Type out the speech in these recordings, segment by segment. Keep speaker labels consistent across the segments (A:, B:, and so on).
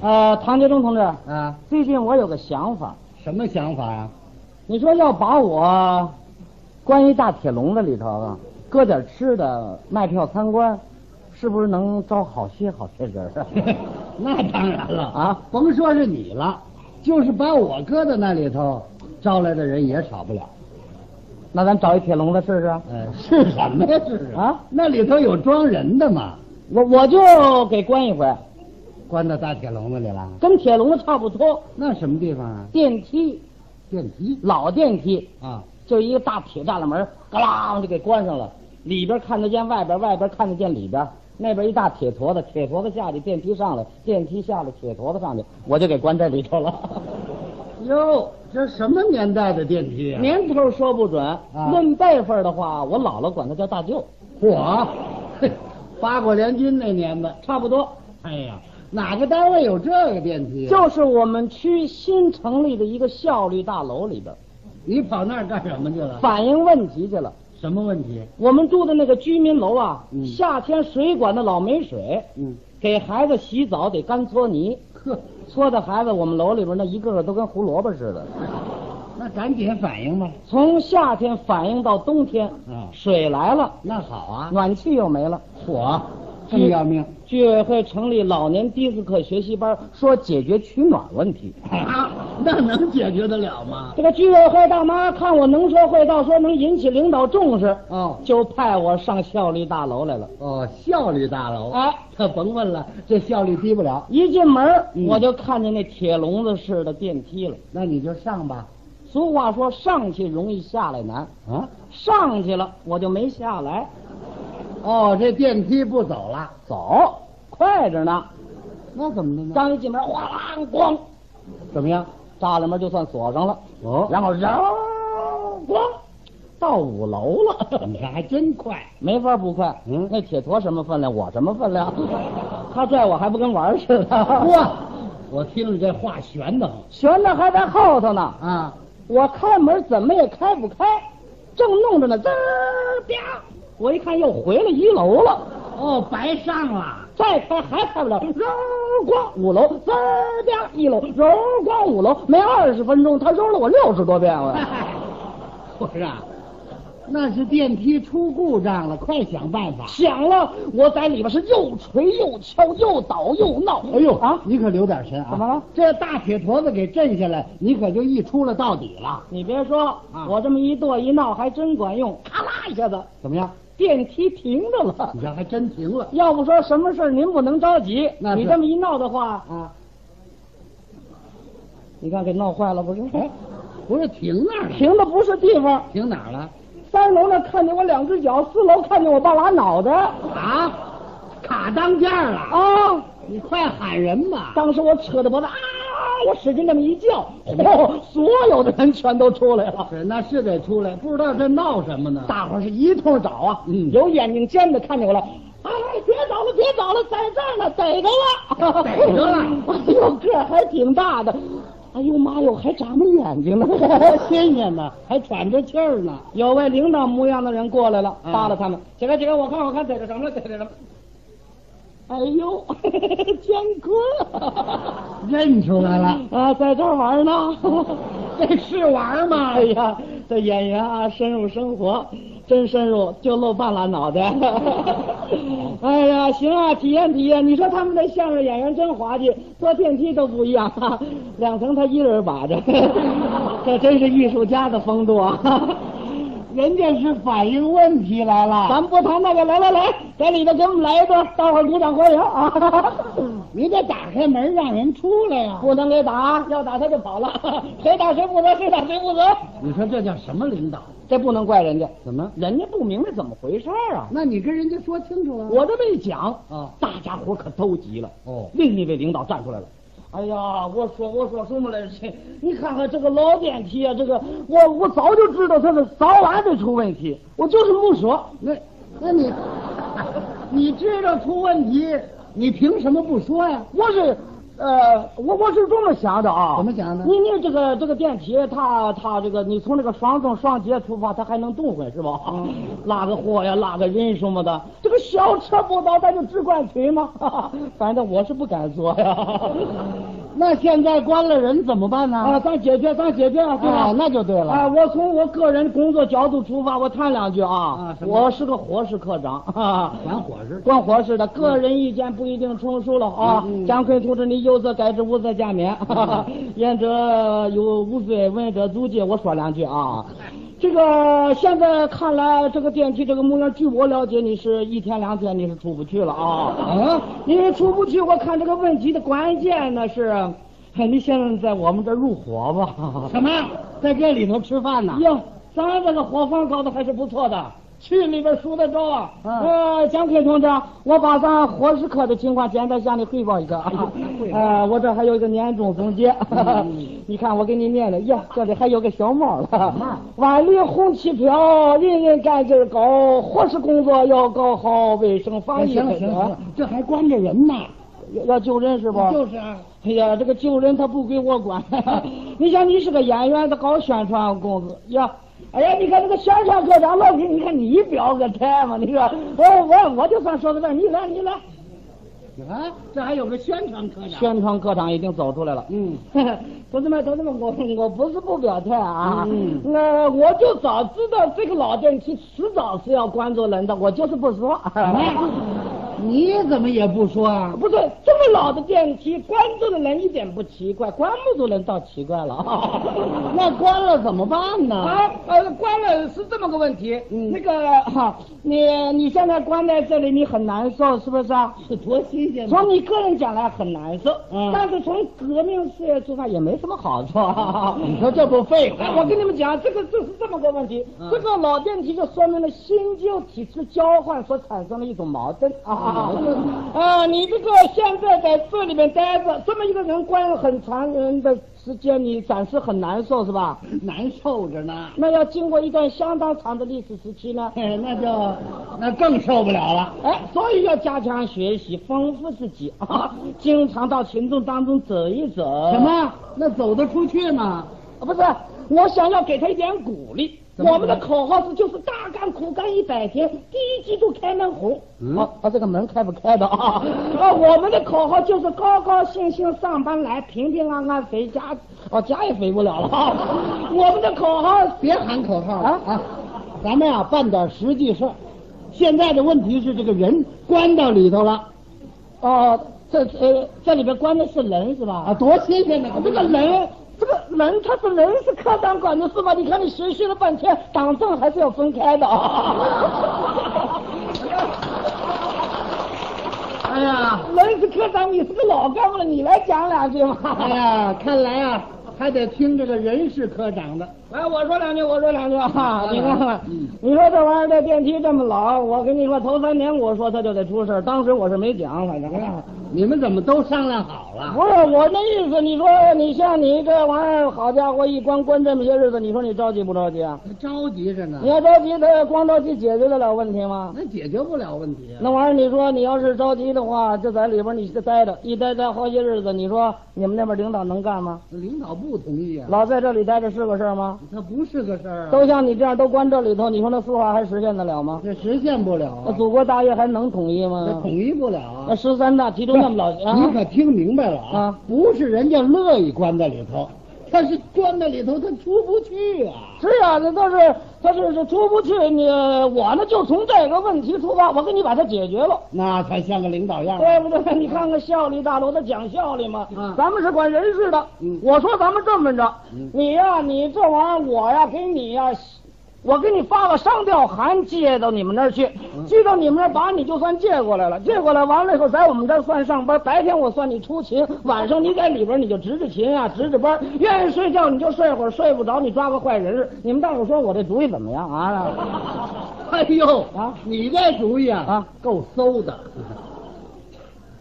A: 呃，唐杰忠同志，
B: 啊，
A: 最近我有个想法，
B: 什么想法 呀、
A: 你说要把我关一大铁笼子里头啊，搁点吃的，卖票参观，是不是能招好些好些人啊？
B: 那当然了
A: 啊，
B: 甭说是你了，就是把我搁在那里头，招来的人也少不了。
A: 那咱找一铁笼子试啊试。
B: 呃，是什么呀？是
A: 啊，
B: 那里头有装人的嘛，
A: 我我就给关一回，
B: 关到大铁笼子里了。
A: 跟铁笼子差不多，
B: 那什么地方啊？
A: 电梯
B: 电梯
A: 老电梯，
B: 啊，
A: 就一个大铁栅栏门，嘎啦就给关上了，里边看得见外边，外边看得见里边，那边一大铁坨子，铁坨子下去，电梯上来，电梯下来，铁坨子上去，我就给关在里头 了。
B: 哟，这什么年代的电梯啊？
A: 年头说不准，
B: 啊
A: 论辈分的话，我姥姥管他叫大舅，
B: 我，嘿，八国联军那年的。
A: 差不多
B: 哎呀，哪个单位有这个电梯、啊？
A: 就是我们区新成立的一个效率大楼里边
B: 你跑那儿干什么去了？
A: 反映问题去了。
B: 什么问题？
A: 我们住的那个居民楼啊，
B: 嗯
A: 夏天水管子老没水，
B: 嗯，
A: 给孩子洗澡得干搓泥，
B: 呵，
A: 搓的孩子我们楼里边那一个个都跟胡萝卜似的。
B: 那赶紧反应吧。
A: 从夏天反映到冬天，
B: 啊
A: 水来了，
B: 那好啊，
A: 暖气又没了。
B: 我这么要命
A: 居委会成立老年迪斯科学习班，说解决取暖问题。
B: 啊，那能解决得了吗？
A: 这个居委会大妈看我能说会道，说能引起领导重视，
B: 哦
A: 就派我上效率大楼来了。
B: 哦，效率大楼
A: 哎，
B: 他甭问了，这效率低不了，
A: 一进门儿，
B: 嗯
A: 我就看见那铁笼子似的电梯了。
B: 那你就上吧。
A: 俗话说，上去容易下来难，
B: 啊，
A: 上去了我就没下来，
B: 哦，这电梯不走了，
A: 走，快着呢。
B: 那怎么的呢？
A: 刚一进门，哗啦咣，
B: 怎么样？
A: 栅栏门就算锁上了，
B: 哦，
A: 然后绕咣，到五楼了。
B: 你看还真快。
A: 没法不快，
B: 嗯
A: 那铁坨什么分量，我什么分量？ 他拽我还不跟玩儿似的，
B: 哇，我听着这话悬的很
A: 悬的还在后头呢。
B: 啊！
A: 我开门怎么也开不开，正弄着呢，滋儿啪！我一看又回了一楼了，
B: 哦，白上了。
A: 再开还开不了，揉光五楼，滋儿啪一楼，揉光五楼，没二十分钟，他揉了我六十多遍了。
B: 我说啊，那是电梯出故障了，快想办法。
A: 响了，我在里边是又捶又敲又倒又闹，
B: 哎呦
A: 啊！
B: 你可留点神啊！
A: 怎么了？
B: 这大铁坨子给震下来，你可就一出了到底了。
A: 你别说
B: 啊，
A: 我这么一跺一闹还真管用，咔啦一下子
B: 怎么样？
A: 电梯停着了
B: 你。瞧，还真停了
A: 要不说什么事儿您不能着急，
B: 那是
A: 你这么一闹的话，
B: 啊！
A: 你看给闹坏了不是？
B: 哎，不是停那儿了，
A: 停的不是地方，
B: 停哪儿了？
A: 三楼那看见我两只脚，四楼看见我半拉脑袋
B: 啊，卡当间儿了！
A: 啊！
B: 你快喊人吧！
A: 当时我扯着脖子啊，我使劲这么一叫，嚯，所有的人全都出来了。
B: 是，那是得出来，不知道这闹什么呢？
A: 大伙儿是一通找啊，
B: 嗯
A: 有眼睛尖的看见我了，哎，别找了，别找了，在这儿呢，逮着了，
B: 逮着了
A: 哎呦，个儿还挺大的，哎呦妈哟，还眨巴眼睛呢，
B: 新鲜呢，还喘着气儿呢。
A: 有位领导模样的人过来了，
B: 啊
A: 扒拉他们，起来起来，我看我看逮着什么了，逮着什么了。哎 呦，姜昆
B: 认出来了，
A: 啊，在这儿玩呢。
B: 这是玩儿吗？
A: 哎呀，这演员啊，深入生活，真深入，就露半拉脑袋。 哎呀，行啊，体验体验。你说他们这相声演员真滑稽，坐电梯都不一样、啊两层他一人把着， 这真是艺术家的风度啊。
B: 人家是反映问题来了。
A: 咱不谈那个，来来来，在里头给我们来一段，待会儿鼓掌欢迎啊！
B: 你得打开门让人出来呀、
A: 不能给打，要打他就跑了， 谁打谁负责，谁打谁负责，
B: 你说这叫什么领导？
A: 这不能怪人家，
B: 怎么？
A: 人家不明白怎么回事儿啊！
B: 那你跟人家说清楚了。
A: 我这么一讲
B: 啊
A: 大家伙可都急了。
B: 哦，
A: 另一位领导站出来了。哎呀，我说我说什么来着？你看看这个老电梯啊，这个我我早就知道它是早晚得出问题，我就是不说。
B: 那那你你知道出问题，你凭什么不说呀、
A: 我是呃，我我是这么想的啊。
B: 怎么想的
A: 你你这个这个电梯，它它这个你从这个双纵双节出发，它还能动会是吧？
B: 嗯
A: 拉个货呀，拉个人什么的，这个小车不倒，咱就只管推吗？ 反正我是不敢坐 呀。
B: 那现在关了人怎么办呢？
A: 啊，咱解决，咱解决啊，对吧
B: 啊那就对了
A: 啊，我从我个人工作角度出发，我谈两句啊
B: 啊。什么
A: 我是个伙食科长，啊，
B: 管伙食
A: 管伙食的，个人意见不一定成熟了啊。姜昆同志，你有则改之，无则加勉。 言者有无罪，闻者足戒。我说两句啊。这个现在看来，这个电梯这个模样，据我了解，你是一天两天你是出不去了啊。
B: 啊，
A: 因为出不去，我看这个问题的关键呢是，哎你现在在我们这儿入伙吧？
B: 什么？在这里头吃饭呢？
A: 哟，咱这个伙房搞得还是不错的，去里边数得着啊。
B: 嗯
A: 呃，蒋坤同志，我把咱伙食科的情况简单向你汇报一个啊。呃，我这还有一个年终总结， 你看我给你念的，呀，这里还有个小帽了
B: 帽。
A: 万里红旗飘，人人干劲儿高，伙食工作要搞好，卫生防
B: 哎
A: 疫
B: 行了
A: 很
B: 行了
A: 好
B: 行了，这还关着人呢，
A: 要要救人是吧？
B: 就是啊，
A: 哎呀，这个救人他不归我管。 你想，你是个演员，他搞宣传工作呀。哎呀，你看这个宣传科长老李，你看你表个态嘛？你说，我我我就算说到这儿，你来你来，
B: 你看啊这还有个宣传科长，
A: 宣 传科长已经走出来了。
B: 嗯，
A: 同志们，同志们，我我不是不表态啊，
B: 嗯
A: 那、我就早知道这个老电梯迟早是要关住人的，我就是不说。
B: 哎，
A: 嗯
B: 你怎么也不说啊？
A: 不对，这么老的电梯，关住的人一点不奇怪，关不住人倒奇怪了啊。
B: 那关了怎么办呢？
A: 啊，嗯呃，关了是这么个问题。那个哈、你你现在关在这里，你很难受，是不是、啊？
B: 这多新鲜
A: 从你个人讲来很难受，
B: 嗯
A: 但是从革命事业出发也没什么好处。
B: 你说这不废
A: 哎，
B: 话
A: 我
B: 吗？
A: 跟你们讲，这个就是这么个问题。
B: 嗯
A: 这个老电梯就说明了新旧体制交换所产生的一种矛盾啊
B: 嗯
A: 啊！你这个现在在这里面待着，这么一个人关很长人的时间，你暂时很难受是吧？
B: 难受着呢，
A: 那要经过一段相当长的历史时期呢，
B: 嘿那就那更受不了了。
A: 哎，所以要加强学习， 丰富自己啊，经常到群众当中走一走。
B: 什？么？那走得出去吗？
A: 啊、不是，我想要给他一点鼓励。
B: 怎么
A: 我们的口号是就是大干苦干一百天，第一季度开门红。
B: 嗯
A: 啊，啊，这个门开不开的啊？ 啊，我们的口号就是高高兴兴上班来，平平安安回家。哦、家也回不了了 啊。我们的口号是
B: 别喊口号了
A: 啊
B: 啊！咱们呀、办点实际事儿。现在的问题是这个人关到里头了
A: 哦，这呃，这里边关的是人是吧？
B: 啊，多新鲜呢！
A: 这个人，这个人他是人是科长管的是吧？你看你学习了半天，党政还是要分开 的啊。
B: 哎呀，
A: 人是科长，你是个老干部了，你来讲两句嘛。
B: 哎呀，看来啊，还得听这个人事科长的。
A: 来，哎我说两句，我说两句啊！ 你看看
B: 嗯，
A: 你说这玩意儿这电梯这么老，我跟你说，头三年我说它就得出事儿当时我是没讲，反正。
B: 你们怎么都商量好了？
A: 不是我那意思，你说你像你这玩意儿，好家伙，一关关这么些日子，你说你着急不着急啊？
B: 着急着呢
A: 你，要着急，他光着急解决得了问题吗？
B: 那解决不了问题啊。
A: 那玩意儿，你说你要是着急的话，就在里边你就待着，一待待好些日子，你说你们那边领导能干吗？
B: 领导不同意啊，
A: 老在这里待着是个事儿吗？
B: 他不是个事儿啊，
A: 都像你这样都关这里头，你说那四化还实现得了吗？
B: 这实现不了
A: 那
B: 啊，
A: 祖国大业还能统一
B: 这
A: 吗
B: 嗯统？一不了
A: 那
B: 啊。
A: 十三大提出那么老
B: 你可听明白了
A: 啊
B: 啊？不是人家乐意关在里头，他是关在里头他出不去啊。
A: 是啊，那都是他是是出不去，你我呢就从这个问题出发，我给你把它解决了。
B: 那才像个领导样啊。
A: 对不对？你看看效率大楼，他讲效率嘛。
B: 嗯
A: 咱们是管人事的。
B: 嗯
A: 我说咱们这么着，你呀、你这玩意儿，我呀，给你呀、我给你发个商调函，借到你们那儿去，
B: 嗯
A: 寄到你们那儿，把你就算借过来了。借过来完了以后，在我们这儿算上班，白天我算你出勤，晚上你在里边儿你就值值勤
B: 嗯
A: 啊，值值班儿，愿意睡觉你就睡会儿，睡不着你抓个坏人儿。你们大伙说我这主意怎么样啊？
B: 哎呦
A: 啊
B: 你这主意啊
A: 啊
B: 够馊的。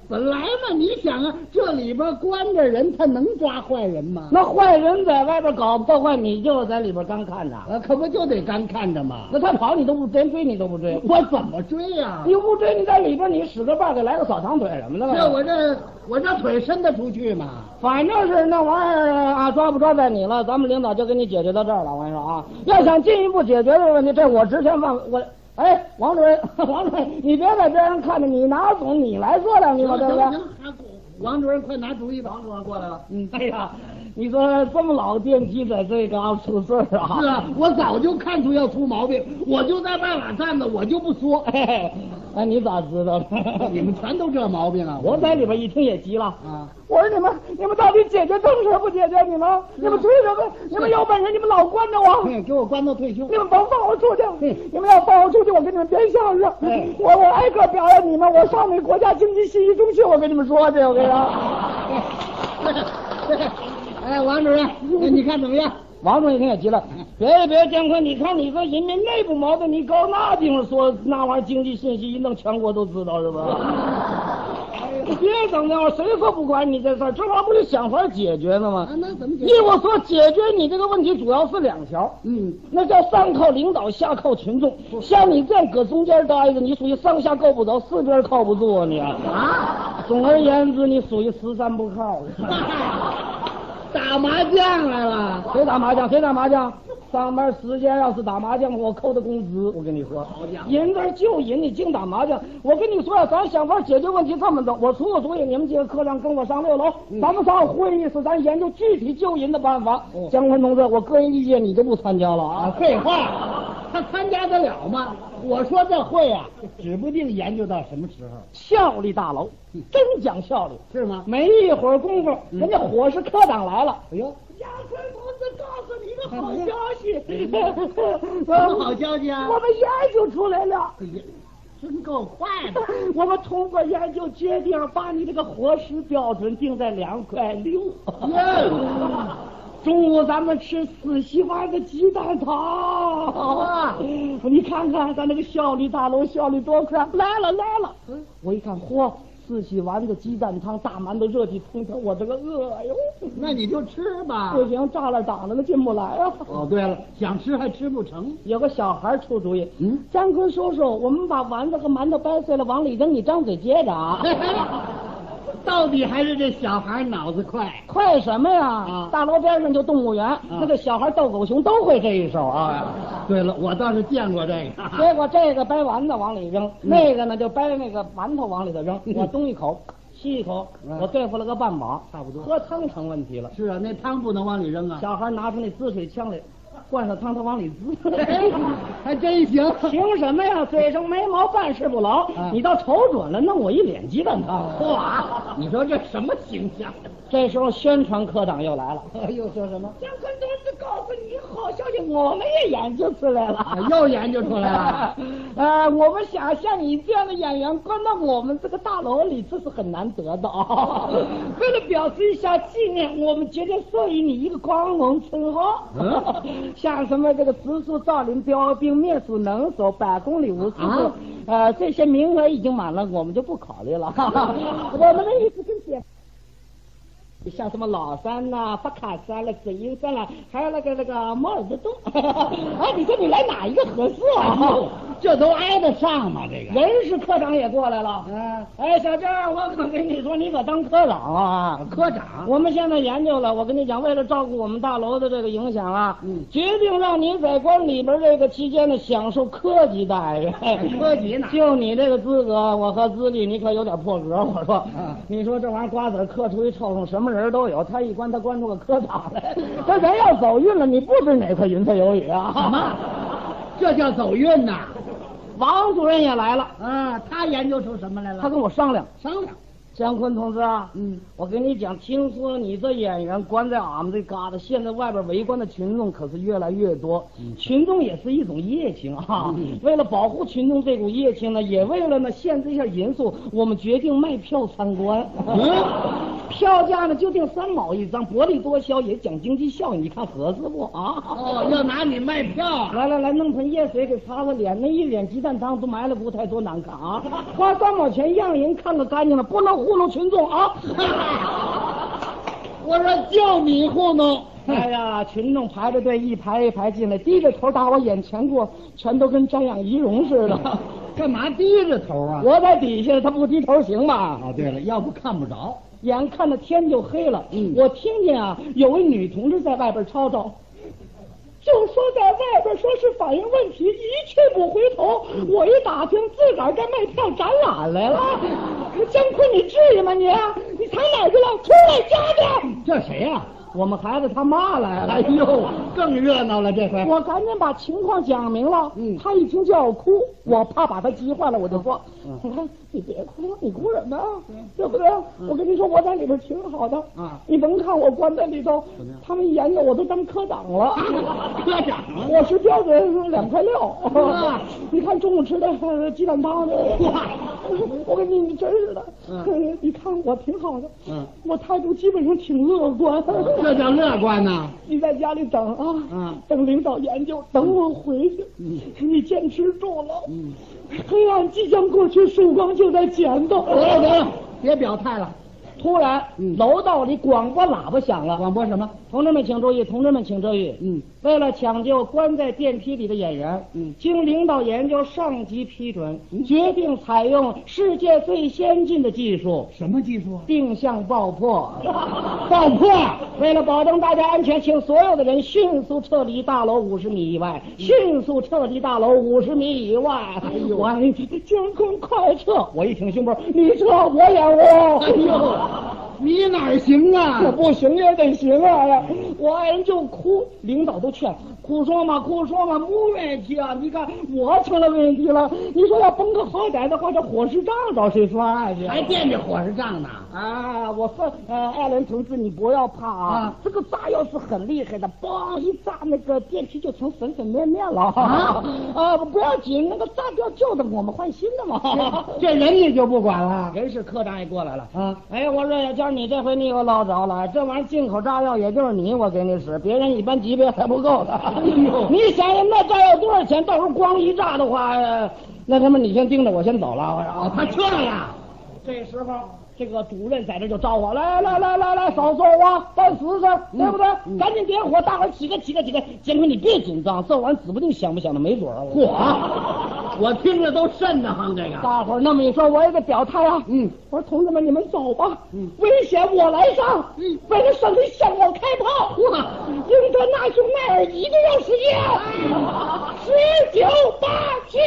B: 本来嘛，你想啊，这里边关着人，他能抓坏人吗？
A: 那坏人在外边搞破坏，你就在里边干看着。
B: 呃，可不就得干看着吗？
A: 那他跑你都不连追你都不追，
B: 我怎么追啊呀、
A: 你不追你在里边你使个绊子来个扫堂腿什么的吧。
B: 这我这我这腿伸得出去吗？
A: 反正是那玩意儿啊，抓不抓在你了，咱们领导就给你解决到这儿了。我跟你说啊，要想进一步解决这个问题，这我职权范围我。哎，王主任， 王主任，你别在边上看着，你拿总你来说两句吧，对不对？
B: 还王主任快拿主意吧！王主任过来了。
A: 嗯，哎呀，你说这么老电梯在这嘎达出事儿啊？
B: 是啊，我早就看出要出毛病，我就在外边站着，我就不说。
A: 哎，哎，你咋知道的？
B: 你们全都这毛病啊！
A: 我在里边一听也急了。
B: 啊，
A: 我说你们，你们到底解决正事不解决？你们，你们追什么？你们有本事你们老关着我，
B: 哎给我关到退休
A: 你。们甭放我出去
B: 嗯。
A: 你们要放我出去，我给你们编相声
B: 哎。
A: 我我挨个表扬你们，我上那国家经济信息中心，我跟你们说去。我跟你说，
B: 哎，王主任，你看怎么样？
A: 王总一听也急了，别别，姜昆，你看你说人民内部矛盾，你搞那地方说那玩意儿经济信息一弄，全国都知道是吧？你别整那玩意儿，谁说不管你这事儿？这玩意儿不就想法解决呢吗
B: 啊，？那怎么解
A: 依我所解决你这个问题主要是两条，
B: 嗯，
A: 那叫上靠领导，下靠群众。像你这样搁中间待着，你属于上下够不着，四边靠不住啊你啊！
B: 啊，
A: 总而言之，你属于十三不靠。
B: 打麻将来了。
A: 谁打麻将？谁打麻将？上班时间要是打麻将，我扣的工资。我跟你说，赢这就赢，你净打麻将。我跟你说呀、咱想法解决问题这么着，我出个主意，你们几个科长跟我上六楼，哦咱们上会议室，咱研究具体救人的办法。姜昆同志，我个人意见你就不参加了
B: 啊
A: 啊，？
B: 废话，他参加得了吗？我说这会啊，指不定研究到什么时候，
A: 效率大楼，
B: 嗯
A: 真讲效率。
B: 是吗？
A: 没一会儿功夫，人家伙食科长来了。
B: 嗯哎呦，哎
A: 姜昆同志，告诉你一个
B: 好消
A: 息，
B: 什么好消息 啊？
A: 我们研究出来了。
B: 哎呀真够坏的。
A: 我们通过研究决定，把你这个伙食标准定在两块六。 中午咱们吃四喜丸子鸡蛋
B: 啊
A: 汤。你看看咱那个效率大楼效率多快！来了来了，我一看，嚯，四喜丸子鸡蛋汤、大馒头、热气腾腾，我这个饿哟！
B: 那你就吃吧
A: 不行，栅栏挡着了，进不来啊。
B: 哦，对了，想吃还吃不成。
A: 有个小孩出主意，
B: 嗯，
A: 张坤叔叔，我们把丸子和馒头掰碎了往里扔，你张嘴接着啊。
B: 到底还是这小孩脑子快。
A: 快什么呀？
B: 啊
A: 大楼边上就动物园，那个小孩逗狗熊都会这一手啊。
B: 对了，我倒是见过这个。
A: 结果这个掰丸子往里扔，那个呢就掰那个馒头往里头扔，我东一口，西一口，
B: 嗯
A: 我对付了个半饱，
B: 差不多
A: 喝汤成问题了。
B: 是啊，那汤不能往里扔啊。
A: 小孩拿出那滋水枪来，灌上汤，他往里滋。
B: 还真行。
A: 凭什么呀？嘴上没毛，办事不牢。
B: 啊
A: 你倒瞅准了，弄我一脸鸡蛋汤。
B: 哇， 你说这什么形象？
A: 这时候宣传科长又来了，
B: 又哎说什么？
A: 姜昆同志告诉你好消息，我们也研究出来了。
B: 啊， 又研究出来了。
A: 呃，我们想像你这样的演员关到我们这个大楼里，这是很难得的 啊、为了表示一下纪念，我们决定授予你一个光荣称号。
B: 嗯
A: 像什么这个直属造林标兵、灭鼠能手、百公里无数步
B: 啊
A: 呃，这些名额已经满了，我们就不考虑了。 我们的意思跟解。像什么老山呐、法卡山了、紫英山了，还有那个那个摩尔之洞，哎，你说你来哪一个合适啊？
B: 这都挨得上吗？这个。
A: 人事科长也过来了。
B: 啊，
A: 哎，小郑，我可跟你说，你可当科长啊！
B: 科长。
A: 我们现在研究了，我跟你讲，为了照顾我们大楼的这个影响啊，
B: 嗯
A: 决定让你在关里边这个期间呢，享受科级待遇。
B: 科级呢？
A: 就你这个资格，我和资历，你可有点破 格。我说
B: 啊，
A: 你说这玩意儿瓜子儿嗑出去臭虫，什么人都有。他一关，他关出个科长来， 这人要走运了，你不知哪块云彩有雨
B: 什
A: 啊！
B: 么？这叫走运呐！
A: 王主任也来了，
B: 啊，他研究出什么来了？
A: 他跟我商量，
B: 商量。
A: 姜昆同志啊，
B: 嗯，
A: 我跟你讲，听说你这演员关在俺们这旮瘩，现在外边围观的群众可是越来越多，群众也是一种热情啊。为了保护群众这股热情呢，也为了呢限制一下人数，我们决定卖票参观。 票价呢就定三毛一张，薄利多销，也讲经济效益，你看合适不啊？
B: 哦，要拿你卖票啊。
A: 来来来，弄盆热水给擦擦脸，那一脸鸡蛋汤都埋了不太多难看啊！花三毛钱让人看个干净了，不能糊糊弄群众啊！ 我说就你糊弄。哎呀，群众排着队一排一排进来，低着头打我眼前过，全都跟瞻仰仪容似 的。
B: 干嘛低着头啊？
A: 我在底下，他不低头行吗？
B: 哦，对了，要不看不着。
A: 眼看着天就黑了，我听见啊，有位女同志在外边吵吵，就说在外边说是反映问题，一去不回头。我一打听，自个儿该卖票展览来了。 姜昆，你至于吗你？啊你藏哪儿去了？出来家去！
B: 这谁呀、
A: 我们孩子他妈来了，
B: 哎呦，更热闹了这回。
A: 我赶紧把情况讲明了，
B: 嗯
A: 他一听就要哭，我怕把他急坏了，我就说：“
B: 嗯
A: 你看，你别哭，你哭什么呀？对不对？
B: 嗯
A: 我跟你说，我在里边挺好的
B: 啊
A: 你甭看我关在里头
B: 怎么样，
A: 他们一研究我都当科长了，
B: 科长了
A: 伙食标准两块六
B: 啊，
A: 你看中午吃的呃鸡蛋汤，
B: 哇
A: 我跟你真是的，
B: 嗯
A: 你看我挺好的，
B: 嗯
A: 我态度基本上挺乐观。”
B: 这叫乐观呐、
A: 你在家里等啊，
B: 嗯
A: 等领导研究，等我回去。你坚持住了，
B: 嗯
A: 黑暗即将过去，曙光就在前头。
B: 得了得了，别表态了。
A: 突然，
B: 嗯
A: 楼道里广播喇叭响了。
B: 广播什么？
A: 同志们请注意，同志们请注意。
B: 嗯，
A: 为了抢救关在电梯里的演员，
B: 嗯
A: 经领导研究上级批准，决定采用世界最先进的技术
B: 什么技术啊
A: ——？定向爆破。
B: 爆破！
A: 为了保证大家安全，请所有的人迅速撤离大楼五十米以外，迅速撤离大楼五十米以外。哎呦，我监控快撤！我一挺胸脯，你撤我也窝。
B: 哎呦，你哪儿行
A: 可
B: 啊？
A: 不行也得行啊！我爱人就哭，领导都劝，哭说嘛，哭说嘛，没问题啊！你看我成了问题了，你说要崩个好歹的话，这伙食账找谁算去？
B: 还惦着火是账呢？
A: 啊，我说，呃，艾伦同志，你不要怕啊，
B: 啊
A: 这个炸药是很厉害的，嘣一炸，那个电梯就成粉粉面面了。
B: 啊
A: 啊，不要紧，那个炸掉旧的，我们换新的嘛。
B: 这人你就不管了
A: 人事科长也过来了
B: 啊？
A: 哎，我说小娇，你这回你可捞着了，这玩意儿进口炸药，也就是你我给你使，别人一般级别还不够的。
B: 哎呦
A: 你想想那炸药多少钱？到时候光一炸的话，呃那他妈你先盯着，我先走了。我说啊
B: 哦，他撤了。
A: 这时候，这个主任在这就招呼：“来来来来来，少做啊，干实事，对不对？赶紧点火，大伙儿起来起来起来！监工，你别紧张，这玩意儿指不定想不想的没准儿啊。我
B: 嚯，啊我听着都瘆得慌。这个
A: 大伙儿那么一说，我也得表态啊。
B: 嗯，
A: 我说同志们，你们走吧，危险我来上。嗯，为了胜利向我开炮。
B: 哇
A: 英特纳雄迈尔一定要实现。十九八七。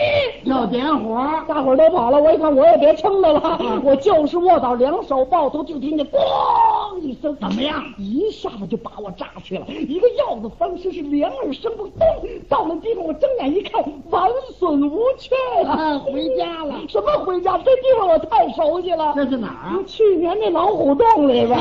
B: 要点火，
A: 大伙儿都跑了，我一看我也别撑着了，我就是卧倒，两手抱头，就听见咣一声，
B: 怎么样？
A: 一下子就把我炸去了，一个腰子翻身是两耳生不动，到了地方我睁眼一看，完损无缺
B: 啊回家了
A: 什么回家？这地方我太熟悉了，
B: 这是哪儿啊？嗯
A: 去年那老虎洞里边。